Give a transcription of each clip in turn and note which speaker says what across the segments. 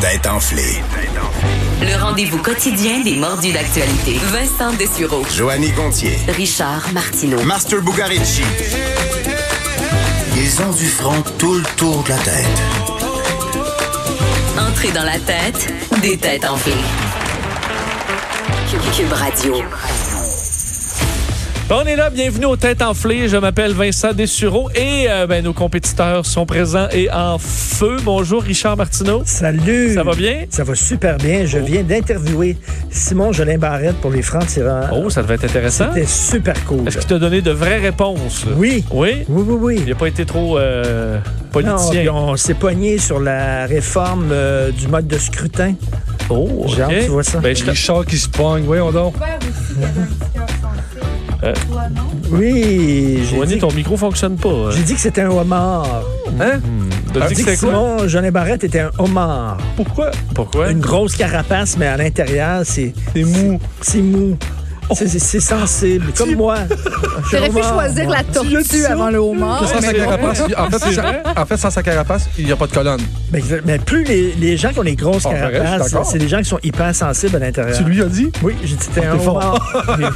Speaker 1: Tête enflée.
Speaker 2: Le rendez-vous quotidien des mordus d'actualité. Vincent Dessureau.
Speaker 1: Joanny Gontier.
Speaker 2: Richard Martineau.
Speaker 1: Master Bugarici. Ils ont du front tout le tour de la tête.
Speaker 2: Entrée dans la tête des têtes enflées. Cube, Cube Radio.
Speaker 3: Bon, On est là, bienvenue aux Têtes Enflées. Je m'appelle Vincent Dessureau et euh, ben, nos compétiteurs sont présents et en feu. Bonjour Richard Martineau.
Speaker 4: Salut!
Speaker 3: Ça va bien? Oh.
Speaker 4: Ça va super bien. Je viens d'interviewer Simon Jolin Barrette pour les francs tireurs.
Speaker 3: Oh, ça devait être intéressant.
Speaker 4: C'était super cool.
Speaker 3: Est-ce qu'il t'a donné de vraies réponses?
Speaker 4: Oui.
Speaker 3: Oui?
Speaker 4: Oui, oui,
Speaker 3: Il
Speaker 4: oui.
Speaker 3: n'a pas été trop euh, politicien.
Speaker 4: Non, puis on s'est poigné sur la réforme euh, du mode de scrutin.
Speaker 3: Oh, ok.
Speaker 4: J'ai hâte, tu vois ça.
Speaker 3: Ben, je te-
Speaker 5: Richard qui se pogne, voyons donc.
Speaker 6: ouvert aussi, il y avait un petit cœur sensible.
Speaker 3: Euh.
Speaker 6: Toi, non?
Speaker 4: Oui, j'ai
Speaker 3: Joanie,
Speaker 4: dit,
Speaker 3: ton micro fonctionne pas. hein?
Speaker 4: j'ai dit que c'était un homard.
Speaker 3: Hein? T'as
Speaker 4: J'ai
Speaker 3: dit que
Speaker 4: dit que
Speaker 3: c'était quoi?
Speaker 4: Simon Jolin Barrette était un homard.
Speaker 5: Pourquoi?
Speaker 3: Pourquoi?
Speaker 4: Une grosse carapace, mais à l'intérieur, c'est
Speaker 5: T'es mou.
Speaker 4: c'est mou.
Speaker 3: Oh.
Speaker 4: C'est- C'est c'est sensible, comme moi. Je suis
Speaker 7: J'aurais pu
Speaker 4: homard,
Speaker 7: choisir
Speaker 4: moi.
Speaker 7: la tortue avant le homard.
Speaker 5: Sans sa
Speaker 3: mais-
Speaker 5: carapace, en, fait, sans, en fait, sans sa carapace, il n'y a pas de colonne.
Speaker 4: Mais, mais Ben, plus les, les gens qui ont les grosses
Speaker 5: Ah, ben, je suis
Speaker 4: carapaces,
Speaker 5: d'accord.
Speaker 4: c'est des gens qui sont hyper sensibles à l'intérieur.
Speaker 5: Tu lui as dit?
Speaker 4: Oui, j'ai dit, t'es un
Speaker 5: fort.
Speaker 4: homard.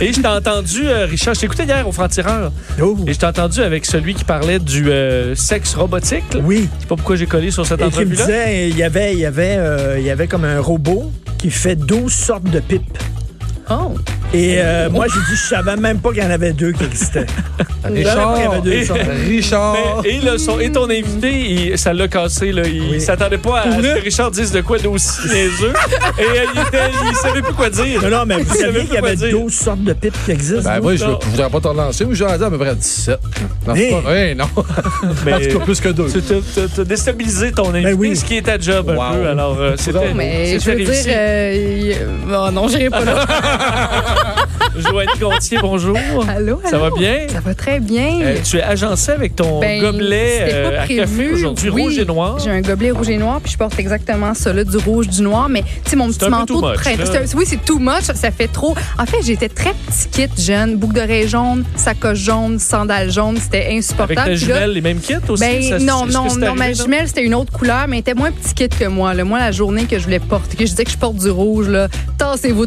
Speaker 3: Et je t'ai entendu, euh, Richard, je t'écoutais hier au franc-tireur.
Speaker 4: Oh,
Speaker 3: Et je t'ai entendu avec celui qui parlait du euh, sexe robotique. là.
Speaker 4: oui.
Speaker 3: Je sais pas pourquoi j'ai collé sur cette
Speaker 4: Et qui me
Speaker 3: entrevue-là.
Speaker 4: disait, il y avait, il y avait, euh, il y avait comme un robot qui fait 12 sortes de pipes.
Speaker 7: Oh.
Speaker 4: Et euh, moi, j'ai dit, je savais même pas qu'il y en avait deux qui existaient. Je savais pas qu'il y avait
Speaker 5: Richard!
Speaker 4: deux sortes.
Speaker 5: Richard!
Speaker 4: Oh.
Speaker 3: Mais- et, le son- et ton invité, il- ça l'a cassé. Là. Il s'attendait pas à ce que Richard dise de quoi d'aussi niaiseux. et euh, il, était, il savait plus quoi dire.
Speaker 4: Non, non, mais vous
Speaker 3: Je savais
Speaker 4: saviez qu'il y
Speaker 3: pas
Speaker 4: avait
Speaker 3: quoi dire.
Speaker 4: 12 sortes de pipes qui existent.
Speaker 5: Ben
Speaker 4: vous?
Speaker 5: oui, je
Speaker 3: non.
Speaker 5: ne voudrais pas t'en lancer, mais j'ai rendu à peu près à 17. Non, c'est
Speaker 4: Hey.
Speaker 5: pas- hey, non.
Speaker 3: Mais-
Speaker 5: en tout cas, plus que deux.
Speaker 3: Tu t'as- t'as- t'as déstabilisé ton invité,
Speaker 4: Ben oui.
Speaker 3: ce qui est ta job un
Speaker 5: Wow.
Speaker 3: peu. Alors, euh, c'était.
Speaker 7: Mais je
Speaker 3: c'était
Speaker 7: veux dire,
Speaker 3: réussi.
Speaker 7: euh, il- oh non, j'irai pas là.
Speaker 3: Joanny Gontier, bonjour.
Speaker 7: euh, Allô,
Speaker 3: Ça
Speaker 7: allô?
Speaker 3: va bien?
Speaker 7: Ça va très bien.
Speaker 3: Euh, tu es agencé avec ton
Speaker 7: Ben,
Speaker 3: gobelet
Speaker 7: c'était
Speaker 3: euh,
Speaker 7: pas
Speaker 3: à café
Speaker 7: prévu.
Speaker 3: aujourd'hui,
Speaker 7: Oui,
Speaker 3: rouge et noir.
Speaker 7: J'ai un gobelet rouge et noir, puis je porte exactement ça, là, du rouge, du noir. Mais, tu sais, mon
Speaker 3: un
Speaker 7: petit
Speaker 3: peu
Speaker 7: manteau
Speaker 3: too
Speaker 7: de
Speaker 3: much,
Speaker 7: printemps.
Speaker 3: là.
Speaker 7: c'est un- Oui, c'est too much. Ça fait trop. En fait, j'étais très petit kit jeune. Boucle d'oreille jaune, sacoche jaune, sandales jaunes. C'était
Speaker 3: Avec
Speaker 7: insupportable.
Speaker 3: ta
Speaker 7: Puis là,
Speaker 3: jumelle, les mêmes kits aussi?
Speaker 7: Ben,
Speaker 3: Ça-
Speaker 7: non,
Speaker 3: est-ce que
Speaker 7: non,
Speaker 3: c'est
Speaker 7: non,
Speaker 3: arrivé,
Speaker 7: ma
Speaker 3: ça?
Speaker 7: jumelle, c'était une autre couleur, mais elle était moins petite kid que moi. Là. Moi, la journée que je voulais porter, que je disais que je porte du rouge, là, tassez-vous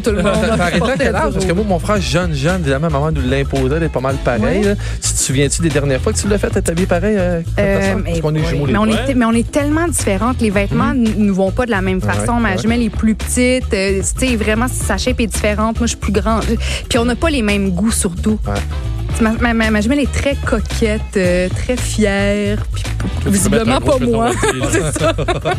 Speaker 7: tout le monde.
Speaker 5: T'as
Speaker 7: là,
Speaker 5: arrêté à
Speaker 7: portez
Speaker 5: quel
Speaker 7: du
Speaker 5: âge? Parce que
Speaker 7: rouge.
Speaker 5: moi, mon frère jeune, jeune, évidemment, maman nous l'imposait, elle est pas mal pareil.
Speaker 7: Ouais.
Speaker 5: là. Tu te souviens-tu des dernières fois que tu l'as fait, t'as t'habillé pareil? euh, comme ta
Speaker 7: Euh,
Speaker 5: sœur?
Speaker 7: mais,
Speaker 5: Parce qu'on est
Speaker 7: oui.
Speaker 5: jumeaux les
Speaker 7: mais, on
Speaker 5: deux.
Speaker 3: Ouais.
Speaker 7: est, mais on est tellement différentes. Les vêtements ne nous vont pas de la même façon. Ma
Speaker 5: ouais.
Speaker 7: jumelle est plus petite. euh, tu sais, vraiment, sa shape est différente. Moi, je suis plus grande. Puis on n'a pas les mêmes goûts, surtout.
Speaker 5: Ouais.
Speaker 7: Ma, ma- ma- ma jumelle est très coquette, euh, très fière. Puis,
Speaker 3: Tu peux
Speaker 7: visiblement
Speaker 3: mettre un
Speaker 7: pas
Speaker 3: gros
Speaker 7: moi.
Speaker 3: chemise en entier,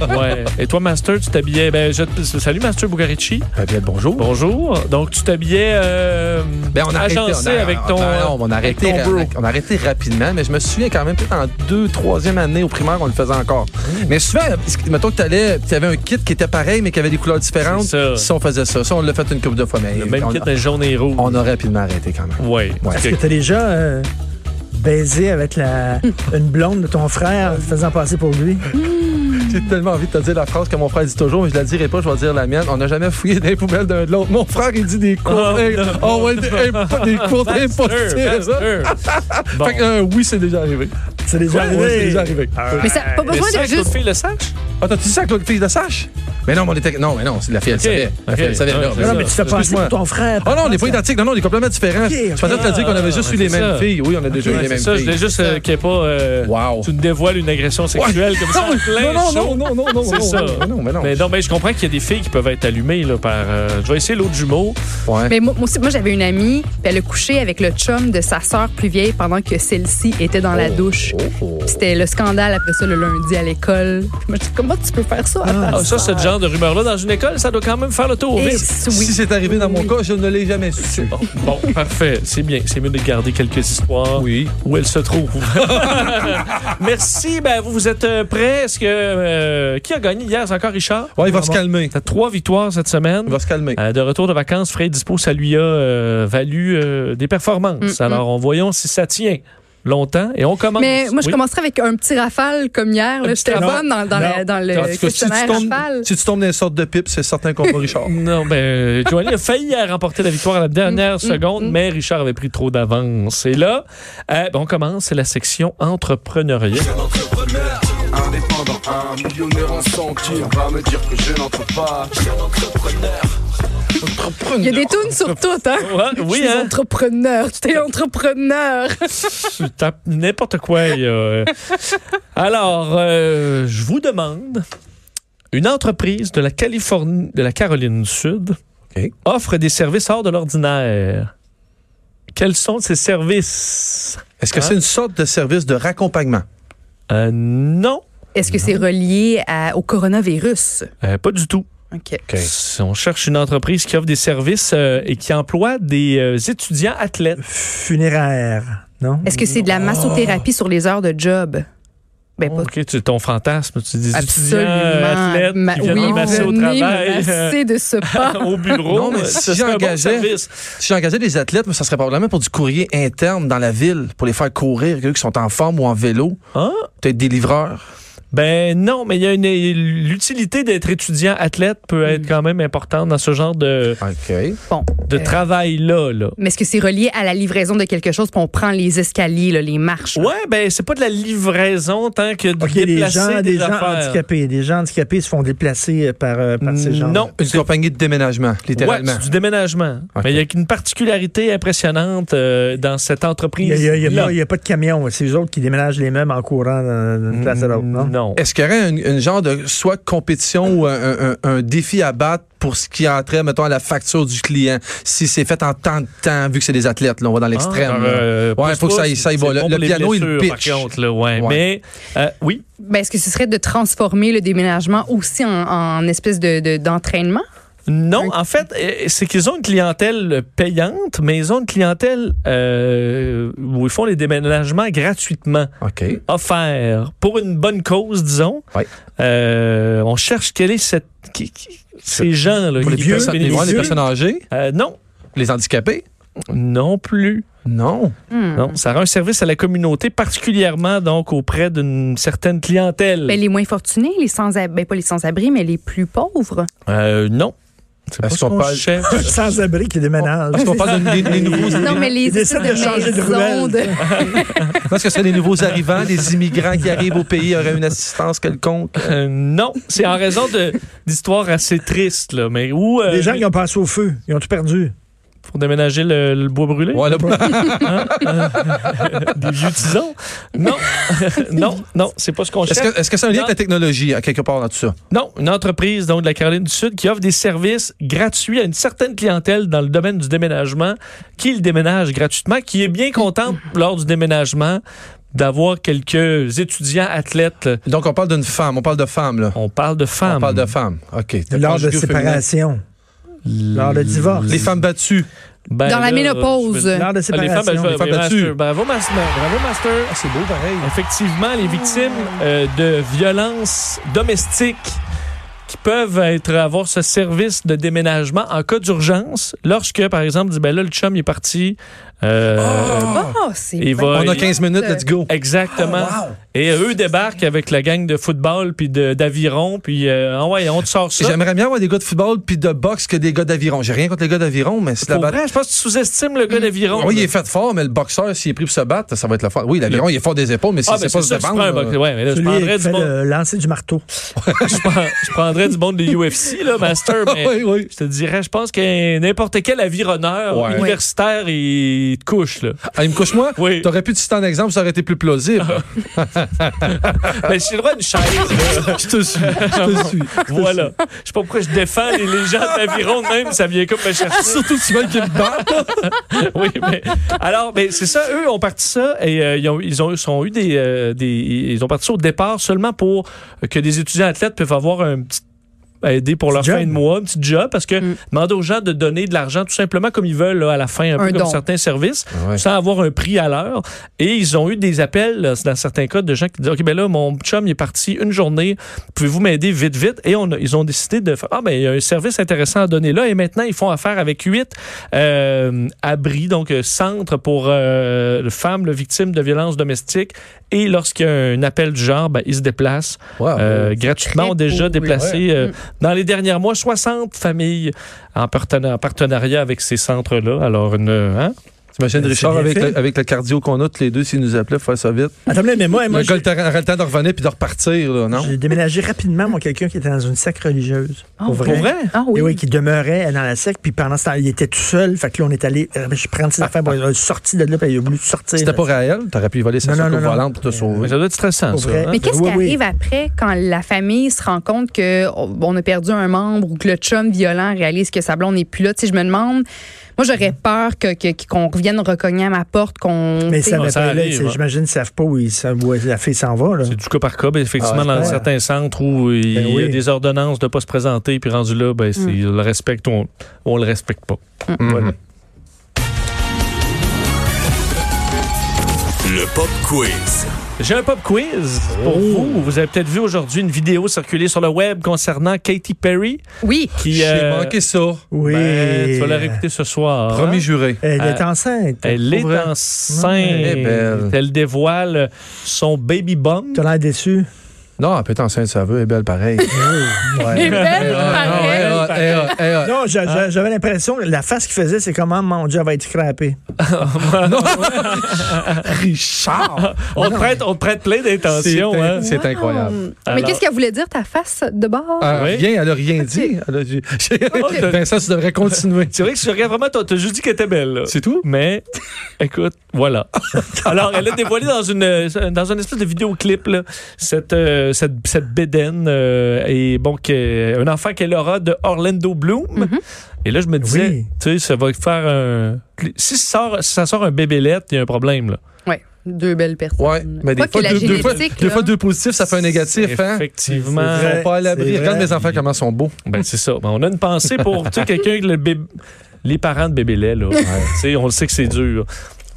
Speaker 3: là. ouais. Et toi, Master, tu t'habillais. Ben, je te- Salut, Master Bugarici.
Speaker 5: Eh bien, bonjour.
Speaker 3: Bonjour. Donc, tu t'habillais euh,
Speaker 5: Ben, on a arrêté,
Speaker 3: agencé
Speaker 5: on a-
Speaker 3: avec
Speaker 5: on-
Speaker 3: ton.
Speaker 5: non, on a arrêté,
Speaker 3: avec ton bro.
Speaker 5: on a arrêté rapidement, mais je me souviens quand même, peut-être en deux, troisième année au primaire, on le faisait encore.
Speaker 3: Mm.
Speaker 5: Mais souvent, mettons que t'allais, tu avais un kit qui était pareil, mais qui avait des couleurs différentes.
Speaker 3: C'est ça.
Speaker 5: Si on faisait ça, ça, on l'a fait une couple de fois, mais
Speaker 3: le même
Speaker 5: on,
Speaker 3: kit, mais jaune et rouge.
Speaker 5: on a rapidement arrêté quand même.
Speaker 3: Ouais.
Speaker 5: Ouais.
Speaker 3: Parce
Speaker 4: Est-ce que
Speaker 3: que-
Speaker 4: t'as déjà euh, baisé avec la, une blonde de ton frère, faisant passer pour lui?
Speaker 5: J'ai tellement envie de te dire la phrase que mon frère dit toujours, mais je la dirai pas, je vais dire la mienne. On n'a jamais fouillé des poubelles d'un de l'autre. Mon frère, il dit des cours,
Speaker 3: Oh,
Speaker 5: im-
Speaker 3: non.
Speaker 5: oh, ouais, des, imp- des cours
Speaker 3: Master,
Speaker 5: impossibles.
Speaker 3: Master. Bon.
Speaker 5: Fait que, euh, oui, c'est déjà arrivé.
Speaker 4: C'est déjà
Speaker 5: Ouais, ouais, c'est
Speaker 4: arrivé.
Speaker 5: déjà arrivé.
Speaker 7: Mais ça, pas
Speaker 3: Le
Speaker 7: besoin de
Speaker 3: sac,
Speaker 7: juste
Speaker 3: l'autre fille le sache?
Speaker 5: Ah, t'as-tu dit ça que l'autre fille le sache? Mais non, mais on était. Non, mais non, c'est de la fille, elle
Speaker 3: Ok.
Speaker 5: savait. La fille,
Speaker 3: Ok.
Speaker 5: elle savait.
Speaker 3: Ouais,
Speaker 5: non,
Speaker 3: c'est
Speaker 5: mais
Speaker 4: Non,
Speaker 5: non,
Speaker 4: mais
Speaker 5: mais-
Speaker 4: tu t'es passé
Speaker 5: Excuse-moi.
Speaker 4: pour ton frère.
Speaker 5: Ah non, on n'est pas identiques. Non, non, on est complètement différents.
Speaker 4: Ok,
Speaker 5: Je pensais
Speaker 4: ok.
Speaker 5: que t'as dit qu'on avait juste eu les
Speaker 3: c'est
Speaker 5: mêmes
Speaker 3: ça.
Speaker 5: filles. Oui, on a déjà eu les
Speaker 3: C'est
Speaker 5: mêmes
Speaker 3: ça, je voulais
Speaker 5: filles.
Speaker 3: juste euh, qu'il n'y ait pas. euh,
Speaker 5: Wow.
Speaker 3: Tu nous dévoiles une agression sexuelle comme ça. en plein
Speaker 5: Non,
Speaker 3: show.
Speaker 5: non, non, non, non, non,
Speaker 3: C'est
Speaker 5: non,
Speaker 3: ça.
Speaker 5: non, non, mais non.
Speaker 3: Mais non, mais je comprends qu'il y a des filles qui peuvent être allumées là, par. euh, Je vais essayer l'autre jumeau.
Speaker 5: Ouais.
Speaker 7: Mais moi, moi aussi, moi j'avais une amie, puis elle a couché avec le chum de sa sœur plus vieille pendant que celle-ci était dans la douche.
Speaker 5: Oh, oh.
Speaker 7: Puis C'était le scandale après ça le lundi à l'école. Puis Moi, je dis, comment tu peux faire ça à ta
Speaker 3: Ah, ça,
Speaker 7: sœur?
Speaker 3: ce genre de rumeur-là, dans une école, ça doit quand même faire le tour.
Speaker 7: Eh,
Speaker 3: vite.
Speaker 7: oui.
Speaker 5: Si c'est arrivé dans mon cas, je ne l'ai jamais su.
Speaker 3: Bon, bon, parfait. C'est bien. C'est mieux de garder quelques histoires
Speaker 5: Oui.
Speaker 3: où elles se trouvent. Merci. Ben, vous, vous êtes euh, prêts? Est-ce que. euh, qui a gagné hier? C'est encore Richard?
Speaker 5: Ouais, il va se calmer.
Speaker 3: T'as trois victoires cette semaine.
Speaker 5: Il va se calmer.
Speaker 3: Euh, de retour de vacances,
Speaker 5: Mm,
Speaker 3: Fred Dispo, ça lui a euh, valu euh, des performances. Alors, on voyons si ça tient. longtemps et on commence.
Speaker 7: Mais moi, je
Speaker 3: Oui.
Speaker 7: commencerai avec un petit rafale comme hier. là.
Speaker 3: petit
Speaker 7: J'étais
Speaker 3: rafale.
Speaker 7: bonne dans, dans
Speaker 3: Non.
Speaker 7: la- dans le
Speaker 3: En tout cas, si tu
Speaker 7: questionnaire
Speaker 5: tombes-
Speaker 7: Euh, rafale.
Speaker 5: Si tu tombes dans une sorte de pipe, c'est certain qu'on va Richard.
Speaker 3: Non, ben, Joanie a failli à remporter la victoire à la dernière
Speaker 7: Mm,
Speaker 3: seconde, mais Richard avait pris trop d'avance. Et là, euh, ben, on commence, c'est la section entrepreneuriat.
Speaker 8: Indépendant, un millionnaire en sang qui va me dire que je n'entre pas.
Speaker 7: Il y a des tunes sur tout, hein?
Speaker 3: Ouais, oui,
Speaker 7: je suis
Speaker 3: hein?
Speaker 7: entrepreneur, tu es entrepreneur.
Speaker 3: Tu tapes n'importe quoi. il y a, euh. Alors, euh, je vous demande, une entreprise de la Californie, de la Caroline du Sud,
Speaker 5: OK.
Speaker 3: offre des services hors de l'ordinaire. Quels sont ces services
Speaker 5: Est-ce que
Speaker 3: Hein?
Speaker 5: c'est une sorte de service de raccompagnement?
Speaker 3: Euh, Non,
Speaker 7: Est-ce que c'est relié à- au coronavirus?
Speaker 3: Euh, pas du tout.
Speaker 7: OK.
Speaker 3: Si On cherche une entreprise qui offre des services euh, et qui emploie des euh, étudiants athlètes.
Speaker 4: Funéraire, non?
Speaker 7: Est-ce que c'est de la massothérapie sur les heures de job? Ben, pas
Speaker 3: Ok, tu ton fantasme, Oh, tu dis étudiants
Speaker 7: absolument.
Speaker 3: euh, athlètes
Speaker 7: Ma-
Speaker 3: qui viennent
Speaker 7: oui,
Speaker 3: me masser au
Speaker 7: venez me
Speaker 3: travail,
Speaker 7: masser de ce pas.
Speaker 3: euh, au bureau.
Speaker 5: Non, mais si
Speaker 3: ce serait un bon
Speaker 5: j'engageais-
Speaker 3: service.
Speaker 5: Si j'engageais des athlètes, ça serait probablement pour du courrier interne dans la ville, pour les faire courir, eux qui sont en forme ou en vélo,
Speaker 3: Hein?
Speaker 5: peut-être des livreurs.
Speaker 3: Ben non, mais il y a une l'utilité d'être étudiant athlète peut
Speaker 7: Hmm.
Speaker 3: être quand même importante dans ce genre de,
Speaker 5: OK.
Speaker 7: Bon.
Speaker 3: de
Speaker 7: Euh,
Speaker 3: travail là. là.
Speaker 7: Mais est-ce que c'est relié à la livraison de quelque chose, puis on prend les escaliers, là, les marches?
Speaker 3: Ouais, ben c'est pas de la livraison tant que de
Speaker 4: OK, des
Speaker 3: déplacer
Speaker 4: gens,
Speaker 3: des,
Speaker 4: des gens
Speaker 3: affaires.
Speaker 4: handicapés. Des gens handicapés se font déplacer euh, par, euh, par ces gens.
Speaker 3: Mm, Non,
Speaker 5: Une compagnie de déménagement,
Speaker 3: Ouais,
Speaker 5: littéralement.
Speaker 3: c'est du déménagement.
Speaker 5: Ok.
Speaker 3: Mais il y a une particularité impressionnante euh, dans cette
Speaker 4: Il
Speaker 3: entreprise.
Speaker 4: n'y a, il y a- il y a pas- il y a pas de camion. C'est eux autres qui déménagent les mêmes en courant d'un- d'une place à l'autre, non?
Speaker 3: Non.
Speaker 5: Est-ce qu'il y aurait une, une genre de soit compétition ou un, un- un défi à battre pour ce qui entrait, mettons, à la facture du client, si c'est fait en tant de temps, vu que c'est des athlètes, là, on va dans l'extrême.
Speaker 3: Ah,
Speaker 5: là.
Speaker 3: euh,
Speaker 5: Ouais,
Speaker 3: pousse,
Speaker 5: faut que
Speaker 3: pousse,
Speaker 5: ça aille- ça aille
Speaker 3: c'est
Speaker 5: voir. Le-
Speaker 3: bon
Speaker 5: le
Speaker 3: pour les
Speaker 5: piano, il
Speaker 3: blessures,
Speaker 5: pitch.
Speaker 3: Par contre, là, ouais.
Speaker 5: Ouais.
Speaker 3: Mais euh, oui,
Speaker 7: Ben, est-ce que ce serait de transformer le déménagement aussi en, en espèce de, de- d'entraînement?
Speaker 3: non, en fait, euh, c'est qu'ils ont une clientèle payante, mais ils ont une clientèle euh, où ils font les déménagements gratuitement,
Speaker 5: OK.
Speaker 3: offerts, pour une bonne cause, disons.
Speaker 5: Ouais.
Speaker 3: Euh, on cherche quelle est cette, qui- qui- ces gens là,
Speaker 5: Pour les,
Speaker 3: qui
Speaker 5: personnes,
Speaker 3: peuvent
Speaker 5: les, ouais, les
Speaker 3: bénéficier.
Speaker 5: personnes âgées,
Speaker 3: Euh, non,
Speaker 5: les handicapés?
Speaker 3: non plus.
Speaker 5: Non.
Speaker 7: Hmm.
Speaker 3: Non, ça rend un service à la communauté, particulièrement donc auprès d'une certaine clientèle.
Speaker 7: Ben, les moins fortunés, les sans ben, pas les sans-abri, mais les plus pauvres.
Speaker 3: Euh, non. C'est pas
Speaker 5: Est-ce
Speaker 3: ce qu'on
Speaker 5: qu'on parle-
Speaker 3: cherche.
Speaker 4: Sans-abri qui déménage.
Speaker 3: Oh,
Speaker 5: Est-ce qu'on parle de- des, des nouveaux
Speaker 7: Non, mais les
Speaker 4: Ah, Ils décident
Speaker 7: espèces
Speaker 4: de changer de
Speaker 7: maisons
Speaker 4: roulette.
Speaker 7: de-
Speaker 5: Est-ce que ce serait des nouveaux arrivants, des immigrants qui arrivent au pays auraient une assistance quelconque?
Speaker 3: Euh, non, c'est en raison de- d'histoires assez tristes, là, mais où euh,
Speaker 4: Les gens qui ont passé au feu, ils ont tout perdu.
Speaker 3: pour déménager le, le bois brûlé,
Speaker 5: Ouais, là,
Speaker 3: des vieux tisons. Non, non, non, c'est pas ce qu'on
Speaker 5: Est-ce
Speaker 3: cherche.
Speaker 5: que, est-ce que c'est un lien avec la technologie, à quelque part, dans tout ça?
Speaker 3: Non, une entreprise donc de la Caroline du Sud qui offre des services gratuits à une certaine clientèle dans le domaine du déménagement, qui le déménage gratuitement, qui est bien contente lors du déménagement d'avoir quelques étudiants athlètes.
Speaker 5: Donc, on parle d'une femme, on parle de femme, là.
Speaker 3: On parle de femmes.
Speaker 5: On parle de femme. OK. T'as
Speaker 4: Lors de
Speaker 5: conjugué au féminin.
Speaker 4: séparation. Lors de divorce.
Speaker 5: Les femmes battues.
Speaker 3: Ben,
Speaker 7: Dans la
Speaker 3: là,
Speaker 7: ménopause.
Speaker 3: je veux- Ah, Les
Speaker 4: Lors de
Speaker 3: femmes, elles
Speaker 4: séparation.
Speaker 3: font-
Speaker 5: les femmes
Speaker 3: les
Speaker 5: battues. Ah,
Speaker 3: masters. Bravo, Master. Bravo, Master.
Speaker 5: c'est beau, pareil.
Speaker 3: Effectivement, les victimes euh, de violences domestiques qui peuvent être avoir ce service de déménagement en cas d'urgence, lorsque, par exemple, dit ben là, le chum il est parti. euh,
Speaker 7: Ah, c'est
Speaker 3: Il
Speaker 7: bien
Speaker 3: va-
Speaker 5: Oh! On a Oh,
Speaker 3: Ouais.
Speaker 5: 15 minutes, let's go.
Speaker 3: Exactement. Et eux débarquent avec la gang de football puis de- d'aviron puis euh, Ah ouais, on te sort ça.
Speaker 5: J'aimerais bien avoir des gars de football puis de boxe que des gars d'aviron. J'ai rien contre les gars d'aviron, mais c'est la
Speaker 3: Pour
Speaker 5: bataille.
Speaker 3: vrai, je pense que tu sous-estimes le gars d'aviron.
Speaker 5: Mm. Ah Oui, il
Speaker 3: là.
Speaker 5: est fait fort, mais le boxeur, s'il est pris pour se battre, ça va être la force. Oui, l'aviron, il est fort des épaules, mais si
Speaker 3: ah, ben,
Speaker 5: c'est
Speaker 3: c'est
Speaker 5: pas se
Speaker 3: sûr que tu prends un
Speaker 5: défendre.
Speaker 3: box-
Speaker 5: euh,
Speaker 3: Ouais, mais là, je
Speaker 4: Celui
Speaker 3: prendrais
Speaker 4: qui
Speaker 3: du
Speaker 4: fait
Speaker 3: monde.
Speaker 4: le lancer du marteau.
Speaker 3: je, prends- je prendrais du monde de UFC, là, Master, mais
Speaker 5: Ah Oui, oui.
Speaker 3: je te dirais, je pense que n'importe quel avironneur
Speaker 5: Ouais.
Speaker 3: universitaire, il te couche, là.
Speaker 5: Ah, il me couche-moi?
Speaker 3: Oui.
Speaker 5: T'aurais pu te citer un exemple, ça aurait été plus plausible.
Speaker 3: Mais Ben, j'ai le droit d'une chaise, là.
Speaker 5: je te suis. Je te suis.
Speaker 3: Voilà. Je sais pas pourquoi je défends les légendes d'aviron de même, ça vient comme me chercher.
Speaker 5: Surtout si tu veux qu'il me batte.
Speaker 3: Oui, mais. Alors, mais c'est ça, eux ont parti ça et euh, ils, ont, ils, ont, ils ont eu des, euh, des- Ils ont parti ça au départ seulement pour que des étudiants athlètes peuvent avoir un petit à aider pour leur
Speaker 4: Petit
Speaker 3: fin
Speaker 4: job.
Speaker 3: de mois, un petit job, parce que demander aux gens de donner de l'argent tout simplement comme ils veulent là, à la fin, un, peu
Speaker 7: don.
Speaker 3: comme certains services,
Speaker 4: Ah
Speaker 5: Ouais.
Speaker 3: sans avoir un prix à l'heure. Et ils ont eu des appels, là, dans certains cas, de gens qui disent, OK, ben là, mon chum il est parti une journée, pouvez-vous m'aider vite, vite? Et on a- ils ont décidé de faire, ah, ben il y a un service intéressant à donner là. Et maintenant, ils font affaire avec huit euh, abris, donc euh, centres pour euh, femmes là, victimes de violences domestiques. Et lorsqu'il y a un appel du genre, ben, ils se déplacent
Speaker 5: Wow.
Speaker 3: euh, gratuitement.
Speaker 7: très
Speaker 3: ont déjà
Speaker 7: beau,
Speaker 3: déplacé euh, dans les derniers mois 60 familles en partena- en partenariat avec ces centres-là. Alors, une, hein?
Speaker 5: T'imagines
Speaker 4: C'est
Speaker 5: Richard
Speaker 4: bien
Speaker 5: avec
Speaker 4: fait.
Speaker 5: le, avec le cardio qu'on a tous les deux s'il nous appelait, faut faire ça vite.
Speaker 4: Attends, mais moi, moi
Speaker 5: le
Speaker 4: j'ai-
Speaker 5: gars le temps- aurait le temps de revenir puis de repartir, là, non?
Speaker 4: j'ai déménagé rapidement, moi, quelqu'un qui était dans une secte religieuse.
Speaker 7: Oh,
Speaker 3: Pour vrai?
Speaker 7: Ah oui.
Speaker 4: Et oui, qui demeurait dans la secte, puis pendant ce temps, il était tout seul. Fait que là, on est allé, euh, je prends ses affaires, bon, il a sorti de là, puis il a voulu sortir.
Speaker 5: C'était
Speaker 4: là.
Speaker 5: pas réel, t'aurais pu y voler sa
Speaker 4: Non, non,
Speaker 5: sacoche
Speaker 4: non, non.
Speaker 5: volante pour te
Speaker 3: Mais
Speaker 5: sauver.
Speaker 3: ça doit être stressant,
Speaker 4: Pour
Speaker 3: ça.
Speaker 4: vrai.
Speaker 3: hein?
Speaker 7: Mais qu'est-ce
Speaker 4: Oui,
Speaker 7: qui
Speaker 4: oui.
Speaker 7: arrive après quand la famille se rend compte que oh, on a perdu un membre ou que le chum violent réalise que sa blonde n'est plus là? Tu sais, je me demande. Moi, j'aurais
Speaker 4: Mm.
Speaker 7: peur que, que- qu'on revienne recogner à ma porte, qu'on.
Speaker 4: Mais
Speaker 7: tu sais,
Speaker 4: ça,
Speaker 3: Non, ça
Speaker 4: m'appelait,
Speaker 3: arrive,
Speaker 4: tu sais,
Speaker 3: ouais.
Speaker 4: j'imagine, ils savent pas où, ils s'en- où la fille s'en va. Là.
Speaker 3: C'est du cas par cas, ben, effectivement,
Speaker 5: Ah,
Speaker 3: dans
Speaker 5: ouais.
Speaker 3: certains centres où il
Speaker 4: Ben
Speaker 3: y a
Speaker 4: oui.
Speaker 3: des ordonnances de ne pas se présenter, puis rendu là, ben, c'est- on le respecte ou on, on le respecte pas. Voilà.
Speaker 1: Le Pop Quiz.
Speaker 3: J'ai un pop quiz pour
Speaker 4: Oh.
Speaker 3: vous. Vous avez peut-être vu aujourd'hui une vidéo circuler sur le web concernant Katy Perry,
Speaker 7: Oui.
Speaker 3: qui
Speaker 5: J'ai
Speaker 3: euh,
Speaker 5: manqué ça.
Speaker 4: oui.
Speaker 3: ben, tu vas la réécouter ce soir. hein?
Speaker 5: Promis juré.
Speaker 4: Elle est
Speaker 3: Euh,
Speaker 4: enceinte.
Speaker 3: Elle est
Speaker 4: Pour vrai. Eh ben.
Speaker 3: enceinte.
Speaker 5: Elle est belle.
Speaker 3: Elle dévoile son baby bump.
Speaker 4: T'as l'air déçu.
Speaker 5: Non, elle peut être enceinte, ça veut, elle est belle pareil.
Speaker 7: Elle est belle, pareil.
Speaker 4: Non, j'a-
Speaker 3: Hein?
Speaker 4: j'a- j'avais l'impression, la face qu'il faisait, c'est comment, mon Dieu, elle va être scrappée.
Speaker 5: Richard!
Speaker 3: On te prête, on te prête plein
Speaker 5: C'est
Speaker 3: d'intentions. hein.
Speaker 5: c'est
Speaker 7: Wow.
Speaker 5: incroyable.
Speaker 7: Mais
Speaker 3: Alors-
Speaker 7: qu'est-ce qu'elle voulait dire, ta face de bord?
Speaker 5: Ah,
Speaker 3: Oui.
Speaker 5: Rien, elle a rien dit. Elle a dit- Vincent, tu devrais continuer.
Speaker 3: C'est vrai que si je regarde vraiment, t'as t'as juste dit qu'elle était belle. là.
Speaker 5: C'est tout?
Speaker 3: Mais, écoute, voilà. Alors, elle a dévoilé dans une, euh, dans une espèce de vidéoclip là, cette, euh, cette, cette bédaine. euh, et bon, que- un enfant qu'elle aura de Orlando Bloom. Et là, je me disais,
Speaker 4: Oui.
Speaker 3: tu sais, ça va faire un. Si ça sort, si ça sort un bébélette, il y a un problème. Là.
Speaker 7: Ouais, deux belles personnes.
Speaker 5: Ouais, mais des
Speaker 7: Quoique
Speaker 5: fois,
Speaker 7: la
Speaker 5: deux, deux fois,
Speaker 7: génétique,
Speaker 5: deux
Speaker 7: là.
Speaker 5: fois deux positifs, ça fait un négatif. Hein?
Speaker 3: Effectivement.
Speaker 5: Ils sont pas à l'abri.
Speaker 4: C'est
Speaker 5: Regarde
Speaker 4: vrai.
Speaker 5: mes enfants comment ils sont beaux.
Speaker 3: Ben, c'est ça. Ben, on a une pensée pour tu sais, quelqu'un, le bébé- les parents de bébé lait, là. Tu sais, on le sait que c'est dur.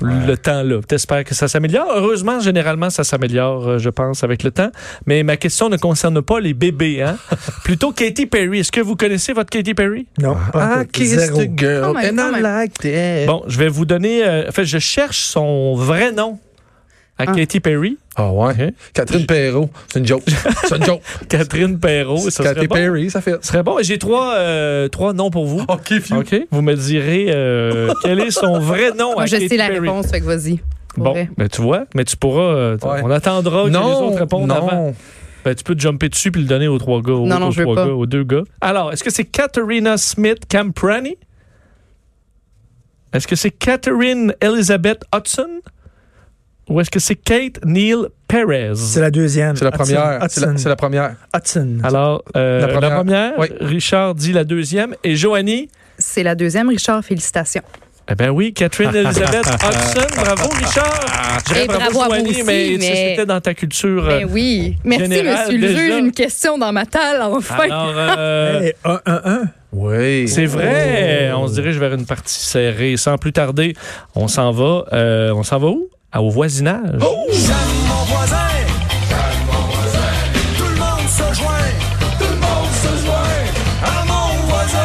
Speaker 3: Le temps, là. T'espères que ça s'améliore. Heureusement, généralement, ça s'améliore, euh, je pense, avec le temps. Mais ma question ne concerne pas les bébés, hein. Plutôt Katy Perry. Est-ce que vous connaissez votre Katy Perry?
Speaker 4: Non,
Speaker 3: ah,
Speaker 4: pas en tout. Ah, zéro.
Speaker 5: Ah, girl
Speaker 7: Quand même, quand même.
Speaker 5: like that.
Speaker 3: Bon, je vais vous donner. euh, en fait, je cherche son vrai nom à
Speaker 7: Ah.
Speaker 3: Katy Perry.
Speaker 5: Ah ouais.
Speaker 3: Ok.
Speaker 5: Catherine Perrault. C'est une joke. C'est une joke.
Speaker 3: Catherine Perrault. Oh, Ça serait
Speaker 5: Cathy
Speaker 3: bon.
Speaker 5: Perry, ça fait.
Speaker 3: Ce serait bon. J'ai trois, euh, trois noms pour vous.
Speaker 5: OK, fiu.
Speaker 3: OK. Vous me direz euh, quel est son vrai nom
Speaker 7: Moi,
Speaker 3: à
Speaker 7: je
Speaker 3: Katy
Speaker 7: sais la
Speaker 3: Perry.
Speaker 7: réponse, fait que vas-y. Pour
Speaker 3: Bon,
Speaker 7: vrai.
Speaker 3: ben, tu vois, mais tu pourras. euh, t-
Speaker 5: Ouais.
Speaker 3: On attendra que les
Speaker 5: Non,
Speaker 3: autres répondent avant.
Speaker 5: non.
Speaker 3: Ben, tu peux te jumper dessus puis le donner aux trois gars. Aux,
Speaker 7: Non, non,
Speaker 3: aux
Speaker 7: je veux
Speaker 3: trois
Speaker 7: pas.
Speaker 3: gars, aux deux gars. Alors, est-ce que c'est Katharina Smith Camprani? Est-ce que c'est Catherine Elizabeth Hudson? Ou est-ce que c'est Kate Neal Perez?
Speaker 4: C'est la deuxième.
Speaker 5: C'est la première. C'est
Speaker 4: Hudson.
Speaker 5: la, c'est la première.
Speaker 4: Hudson.
Speaker 3: Alors, euh, la
Speaker 5: La
Speaker 3: première,
Speaker 5: première. Oui.
Speaker 3: Richard dit la deuxième. Et Joanie?
Speaker 7: C'est la deuxième, Richard, félicitations.
Speaker 3: Eh ben oui, Catherine Elizabeth Hudson. Bravo,
Speaker 5: Ah.
Speaker 3: Richard. Je dirais
Speaker 7: Et bravo à vous aussi,
Speaker 3: mais, tu sais,
Speaker 7: mais-
Speaker 3: c'était dans ta culture. euh,
Speaker 7: Ben oui. Merci,
Speaker 3: Général,
Speaker 7: monsieur le
Speaker 3: déjà. Ah
Speaker 7: juge. Une question dans ma table, enfin.
Speaker 3: Alors,
Speaker 7: Ben
Speaker 3: euh,
Speaker 4: Hey, un, un, un.
Speaker 5: Oui.
Speaker 3: C'est vrai. On se dirige vers une partie serrée. Sans plus tarder, on s'en va. euh, on s'en va où? Ah, Au voisinage.
Speaker 1: J'aime mon voisin. Tout le monde se joint. Tout le monde se joint. À mon voisin.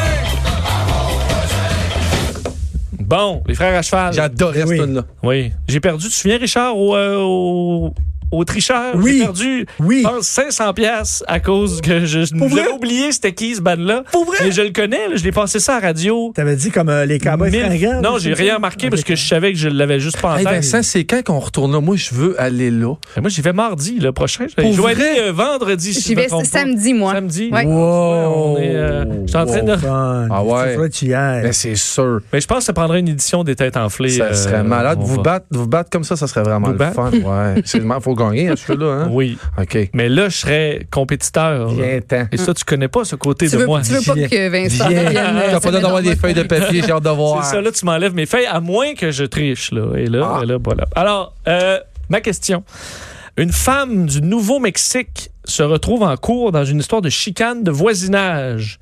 Speaker 3: Bon, les frères à cheval.
Speaker 5: J'adorais
Speaker 4: Oui.
Speaker 5: ce tune là
Speaker 3: Oui. J'ai perdu, tu te souviens, Richard, au, euh, au, au tricheur?
Speaker 4: Oui.
Speaker 3: J'ai perdu,
Speaker 4: Oui.
Speaker 3: je pense, 500 pièces à cause que je- j'avais oublié c'était qui ce band-là.
Speaker 4: Pour vrai?
Speaker 3: Mais je le connais, là, je l'ai passé ça à la radio.
Speaker 4: T'avais dit comme euh, les cowboys
Speaker 3: Mille-
Speaker 4: fringants.
Speaker 3: Non, j'ai rien remarqué parce que je savais que je l'avais juste pas en
Speaker 5: Ah, Hey
Speaker 3: tête.
Speaker 5: Vincent, c'est quand qu'on retourne là? Moi, je veux aller là.
Speaker 3: Et Moi, j'y vais mardi, le prochain. Je
Speaker 5: Pour
Speaker 3: je dois
Speaker 5: vrai?
Speaker 3: aller, euh, vendredi, si je
Speaker 7: J'y
Speaker 3: me
Speaker 7: vais
Speaker 3: trompe pas.
Speaker 7: samedi, moi.
Speaker 3: Samedi?
Speaker 7: Ouais.
Speaker 5: Wow!
Speaker 3: On est, euh, je suis en train de-
Speaker 5: Wow.
Speaker 4: Ah
Speaker 5: Ah ouais.
Speaker 4: ouais. Tu y
Speaker 5: Mais
Speaker 4: ailles.
Speaker 5: c'est sûr.
Speaker 3: Mais je pense que ça prendrait une édition des têtes enflées.
Speaker 5: Ça
Speaker 3: euh,
Speaker 5: serait malade.
Speaker 3: on
Speaker 5: Vous
Speaker 3: va.
Speaker 5: battre, vous battre comme ça, ça serait vraiment
Speaker 3: Vous
Speaker 5: le
Speaker 3: battre?
Speaker 5: fun. Ouais. C'est le- faut gagner, hein, celui-là. Hein?
Speaker 3: Oui.
Speaker 5: OK.
Speaker 3: Mais là, je serais compétiteur. là.
Speaker 5: Viens-t'en.
Speaker 3: Et ça, tu connais pas ce côté
Speaker 7: Tu
Speaker 3: de
Speaker 7: veux,
Speaker 3: moi.
Speaker 7: tu veux pas
Speaker 5: Viens.
Speaker 7: que Vincent
Speaker 5: Viens.
Speaker 7: revienne, euh, se mettre
Speaker 5: T'as pas le droit
Speaker 7: dans
Speaker 5: d'avoir des
Speaker 7: votre-
Speaker 5: feuilles de papier, j'ai hâte de voir.
Speaker 3: C'est ça, là, tu m'enlèves mes feuilles, à moins que je triche. Là. Et
Speaker 5: Ah.
Speaker 3: là, et là voilà. Alors, euh, ma question. Une femme du Nouveau-Mexique se retrouve en cours dans une histoire de chicane de voisinage.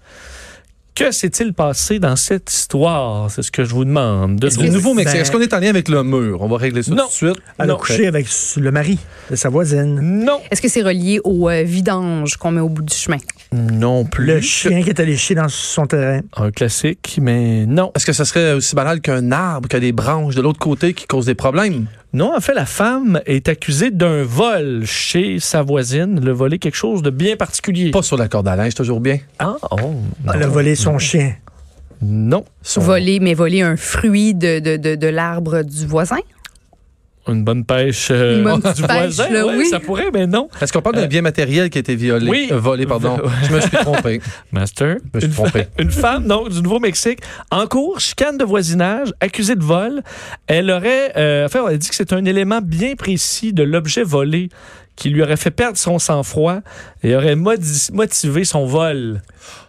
Speaker 3: Que s'est-il passé dans cette histoire? C'est ce que je vous demande. De
Speaker 5: Le
Speaker 3: trouver.
Speaker 5: nouveau Mexique.
Speaker 4: Ben-
Speaker 5: Est-ce qu'on est en lien avec le mur? On va régler ça
Speaker 3: Non.
Speaker 5: tout de suite.
Speaker 4: Elle
Speaker 3: Non.
Speaker 4: a couché avec s- le mari de sa voisine.
Speaker 3: Non.
Speaker 7: Est-ce que c'est relié au euh, vidange qu'on met au bout du chemin?
Speaker 3: Non plus.
Speaker 4: Le chien qui est allé chier dans son terrain.
Speaker 3: Un classique, mais non.
Speaker 5: Est-ce que ça serait aussi banal qu'un arbre, qu'il y a des branches de l'autre côté qui causent des problèmes?
Speaker 3: Non, en fait, la femme est accusée d'un vol chez sa voisine. Le voler quelque chose de bien particulier.
Speaker 5: Pas sur la corde à linge, toujours bien.
Speaker 3: Ah, oh, non.
Speaker 4: Elle a volé son chien.
Speaker 3: Non.
Speaker 5: Son-
Speaker 7: Voler, mais voler un fruit de, de, de, de l'arbre du voisin?
Speaker 3: Une bonne pêche euh,
Speaker 7: Une bonne
Speaker 3: du
Speaker 7: pêche,
Speaker 3: voisin,
Speaker 7: là,
Speaker 3: ouais,
Speaker 7: oui.
Speaker 3: ça pourrait, mais non.
Speaker 5: Est-ce qu'on parle d'un bien matériel qui a été violé?
Speaker 3: oui.
Speaker 5: Euh, volé, pardon. Je me suis trompé.
Speaker 3: Master.
Speaker 5: Je me suis
Speaker 3: Une,
Speaker 5: trompé.
Speaker 3: une femme, donc, du Nouveau-Mexique, en cours, chicane de voisinage, accusée de vol. Elle aurait, euh, enfin, elle dit que c'est un élément bien précis de l'objet volé qui lui aurait fait perdre son sang-froid et aurait modi- motivé son vol.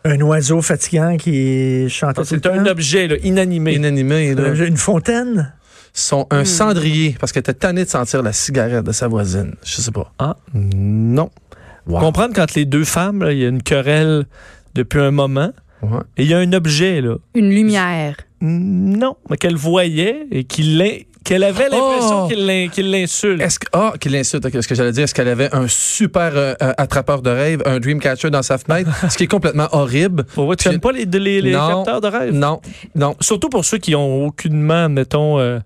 Speaker 4: Un oiseau fatigant qui chantait tout le
Speaker 3: C'est
Speaker 4: temps. Euh,
Speaker 3: un objet là, inanimé.
Speaker 5: Inanimé, là.
Speaker 4: Une fontaine.
Speaker 5: Son, un cendrier, parce qu'elle était tannée de sentir la cigarette de sa voisine. Je sais pas.
Speaker 3: Ah, non.
Speaker 5: Wow.
Speaker 3: Comprendre quand les deux femmes, là, il y a une querelle depuis un moment
Speaker 5: Ouais.
Speaker 3: et il y a un objet, là.
Speaker 7: Une lumière.
Speaker 3: Mm, Non, mais qu'elle voyait et qu'il l'in- qu'elle avait l'impression
Speaker 5: Oh!
Speaker 3: qu'il l'in- qu'il l'insulte.
Speaker 5: Est-ce que. Ah, qu'il l'insulte. ok, ce que j'allais dire, est-ce qu'elle avait un super euh, euh, attrapeur de rêve, un dreamcatcher dans sa fenêtre, ce qui est complètement horrible?
Speaker 3: Pour vrai, tu n'aimes pas les, les, les
Speaker 5: Non.
Speaker 3: capteurs de rêve?
Speaker 5: Non, non.
Speaker 3: Surtout pour ceux qui ont aucunement, mettons, euh,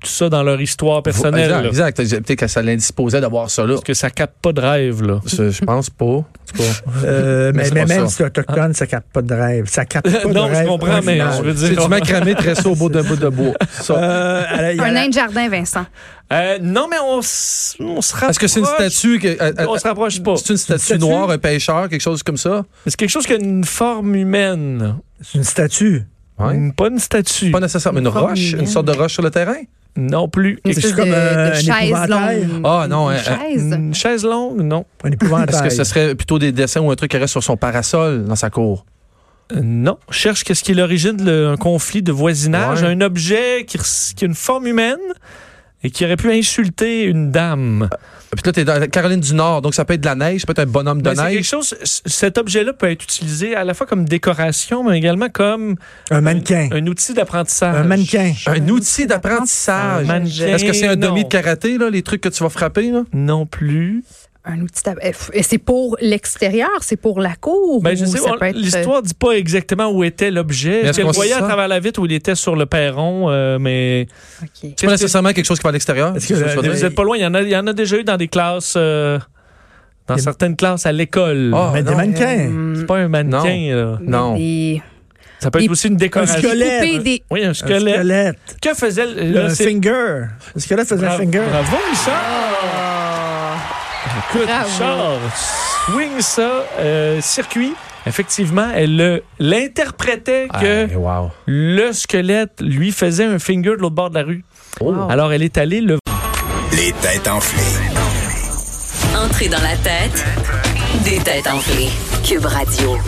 Speaker 3: tout ça dans leur histoire personnelle.
Speaker 5: Exact,
Speaker 3: là.
Speaker 5: exact. Peut-être que ça l'indisposait d'avoir ça là.
Speaker 3: Parce que ça capte pas de rêve, là.
Speaker 5: Je je pense pas. En tout cas,
Speaker 4: Euh,
Speaker 5: Mais
Speaker 4: mais
Speaker 5: c'est
Speaker 4: mais
Speaker 5: pas
Speaker 4: même
Speaker 5: ça.
Speaker 4: si c'est autochtone, ça capte pas de rêve. Ça capte pas
Speaker 3: non,
Speaker 4: de rêve.
Speaker 3: je comprends, mais
Speaker 4: original.
Speaker 3: je veux
Speaker 5: C'est
Speaker 3: dire.
Speaker 5: du macramé tressé au bout d'un bout de bois. Ça.
Speaker 4: Euh, elle a- il y a
Speaker 7: Un
Speaker 4: la-
Speaker 7: nain de jardin, Vincent.
Speaker 3: Euh, non, mais on, s- on se rapproche.
Speaker 5: Est-ce que c'est une statue? que- euh,
Speaker 3: On
Speaker 5: euh,
Speaker 3: se rapproche pas.
Speaker 5: C'est une statue
Speaker 4: statue?
Speaker 5: noire, un pêcheur, quelque chose comme ça?
Speaker 3: C'est quelque chose qui a une forme humaine.
Speaker 4: c'est une statue.
Speaker 5: Ouais.
Speaker 3: Une- Pas une statue.
Speaker 5: Pas nécessairement une
Speaker 7: Une forme
Speaker 5: roche, une
Speaker 7: humaine.
Speaker 5: sorte de roche sur le terrain?
Speaker 3: Non plus.
Speaker 7: Une
Speaker 3: Quelque-
Speaker 7: espèce
Speaker 4: comme,
Speaker 7: de,
Speaker 4: euh,
Speaker 7: de
Speaker 4: un
Speaker 7: chaise
Speaker 4: épouvantail.
Speaker 7: longue.
Speaker 5: Ah, non,
Speaker 7: Une
Speaker 5: euh,
Speaker 7: chaise.
Speaker 3: Une chaise longue, non.
Speaker 4: Un épouvantail.
Speaker 5: Est-ce que ce serait plutôt des dessins ou un truc qui reste sur son parasol dans sa cour?
Speaker 3: Euh, non. Cherche qu'est-ce qui est l'origine d'un conflit de voisinage.
Speaker 5: Ouais.
Speaker 3: Un objet qui, res- qui a une forme humaine et qui aurait pu insulter une dame. Ben,
Speaker 5: Euh, Puis là, t'es dans la Caroline du Nord, donc ça peut être de la neige, ça peut être un bonhomme de
Speaker 3: Mais c'est quelque
Speaker 5: neige.
Speaker 3: chose, c- cet objet-là peut être utilisé à la fois comme décoration, mais également comme
Speaker 4: Un mannequin.
Speaker 3: un outil d'apprentissage.
Speaker 4: Un mannequin.
Speaker 5: Un
Speaker 3: Un
Speaker 5: outil
Speaker 7: Ah,
Speaker 5: d'apprentissage.
Speaker 3: mannequin,
Speaker 5: Est-ce que c'est un
Speaker 3: non.
Speaker 5: demi de karaté, là, les trucs que tu vas frapper? Là?
Speaker 3: Non plus.
Speaker 7: Un outil d'ab- eh, f- Et c'est pour l'extérieur, c'est pour la cour.
Speaker 3: Ben, je
Speaker 7: ou
Speaker 3: sais,
Speaker 7: ça
Speaker 3: on-
Speaker 7: peut être-
Speaker 3: l'histoire dit pas exactement où était l'objet.
Speaker 5: Mais
Speaker 3: Est-ce
Speaker 5: est-ce
Speaker 3: qu'elle
Speaker 5: qu'on
Speaker 3: voyait
Speaker 5: sait
Speaker 3: à
Speaker 5: ça?
Speaker 3: travers la vitre où il était sur le perron, euh, mais...
Speaker 7: OK.
Speaker 5: C'est pas nécessairement quelque chose qui va à l'extérieur.
Speaker 4: Est-ce que
Speaker 5: c'est ça
Speaker 4: la-
Speaker 5: je veux
Speaker 3: Mais
Speaker 5: dire.
Speaker 3: vous êtes pas loin. Il y en a, il y en a déjà eu dans des classes, euh, dans
Speaker 4: Des-
Speaker 3: certaines classes à l'école.
Speaker 5: Ah,
Speaker 4: Mais des
Speaker 5: non.
Speaker 4: mannequins.
Speaker 3: C'est pas un mannequin. là.
Speaker 5: Non.
Speaker 7: Des,
Speaker 3: Ça peut être
Speaker 7: Des-
Speaker 3: aussi une décoration.
Speaker 4: Un squelette.
Speaker 7: poupées, des-
Speaker 3: Oui, un
Speaker 4: Un
Speaker 3: squelette.
Speaker 4: squelette.
Speaker 3: Que faisait le, là,
Speaker 4: Un
Speaker 3: c'est-
Speaker 4: finger. Un squelette faisait un
Speaker 3: Bra-
Speaker 4: finger.
Speaker 3: Bravo, Richard. Écoute,
Speaker 7: Bravo.
Speaker 3: Richard, swing ça, euh, circuit. Effectivement, elle le- l'interprétait que
Speaker 5: Ah, wow.
Speaker 3: le squelette lui faisait un finger de l'autre bord de la rue. Alors, elle est allée le
Speaker 9: Les têtes enflées.
Speaker 2: Entrée dans la tête des têtes enflées. Cube Radio.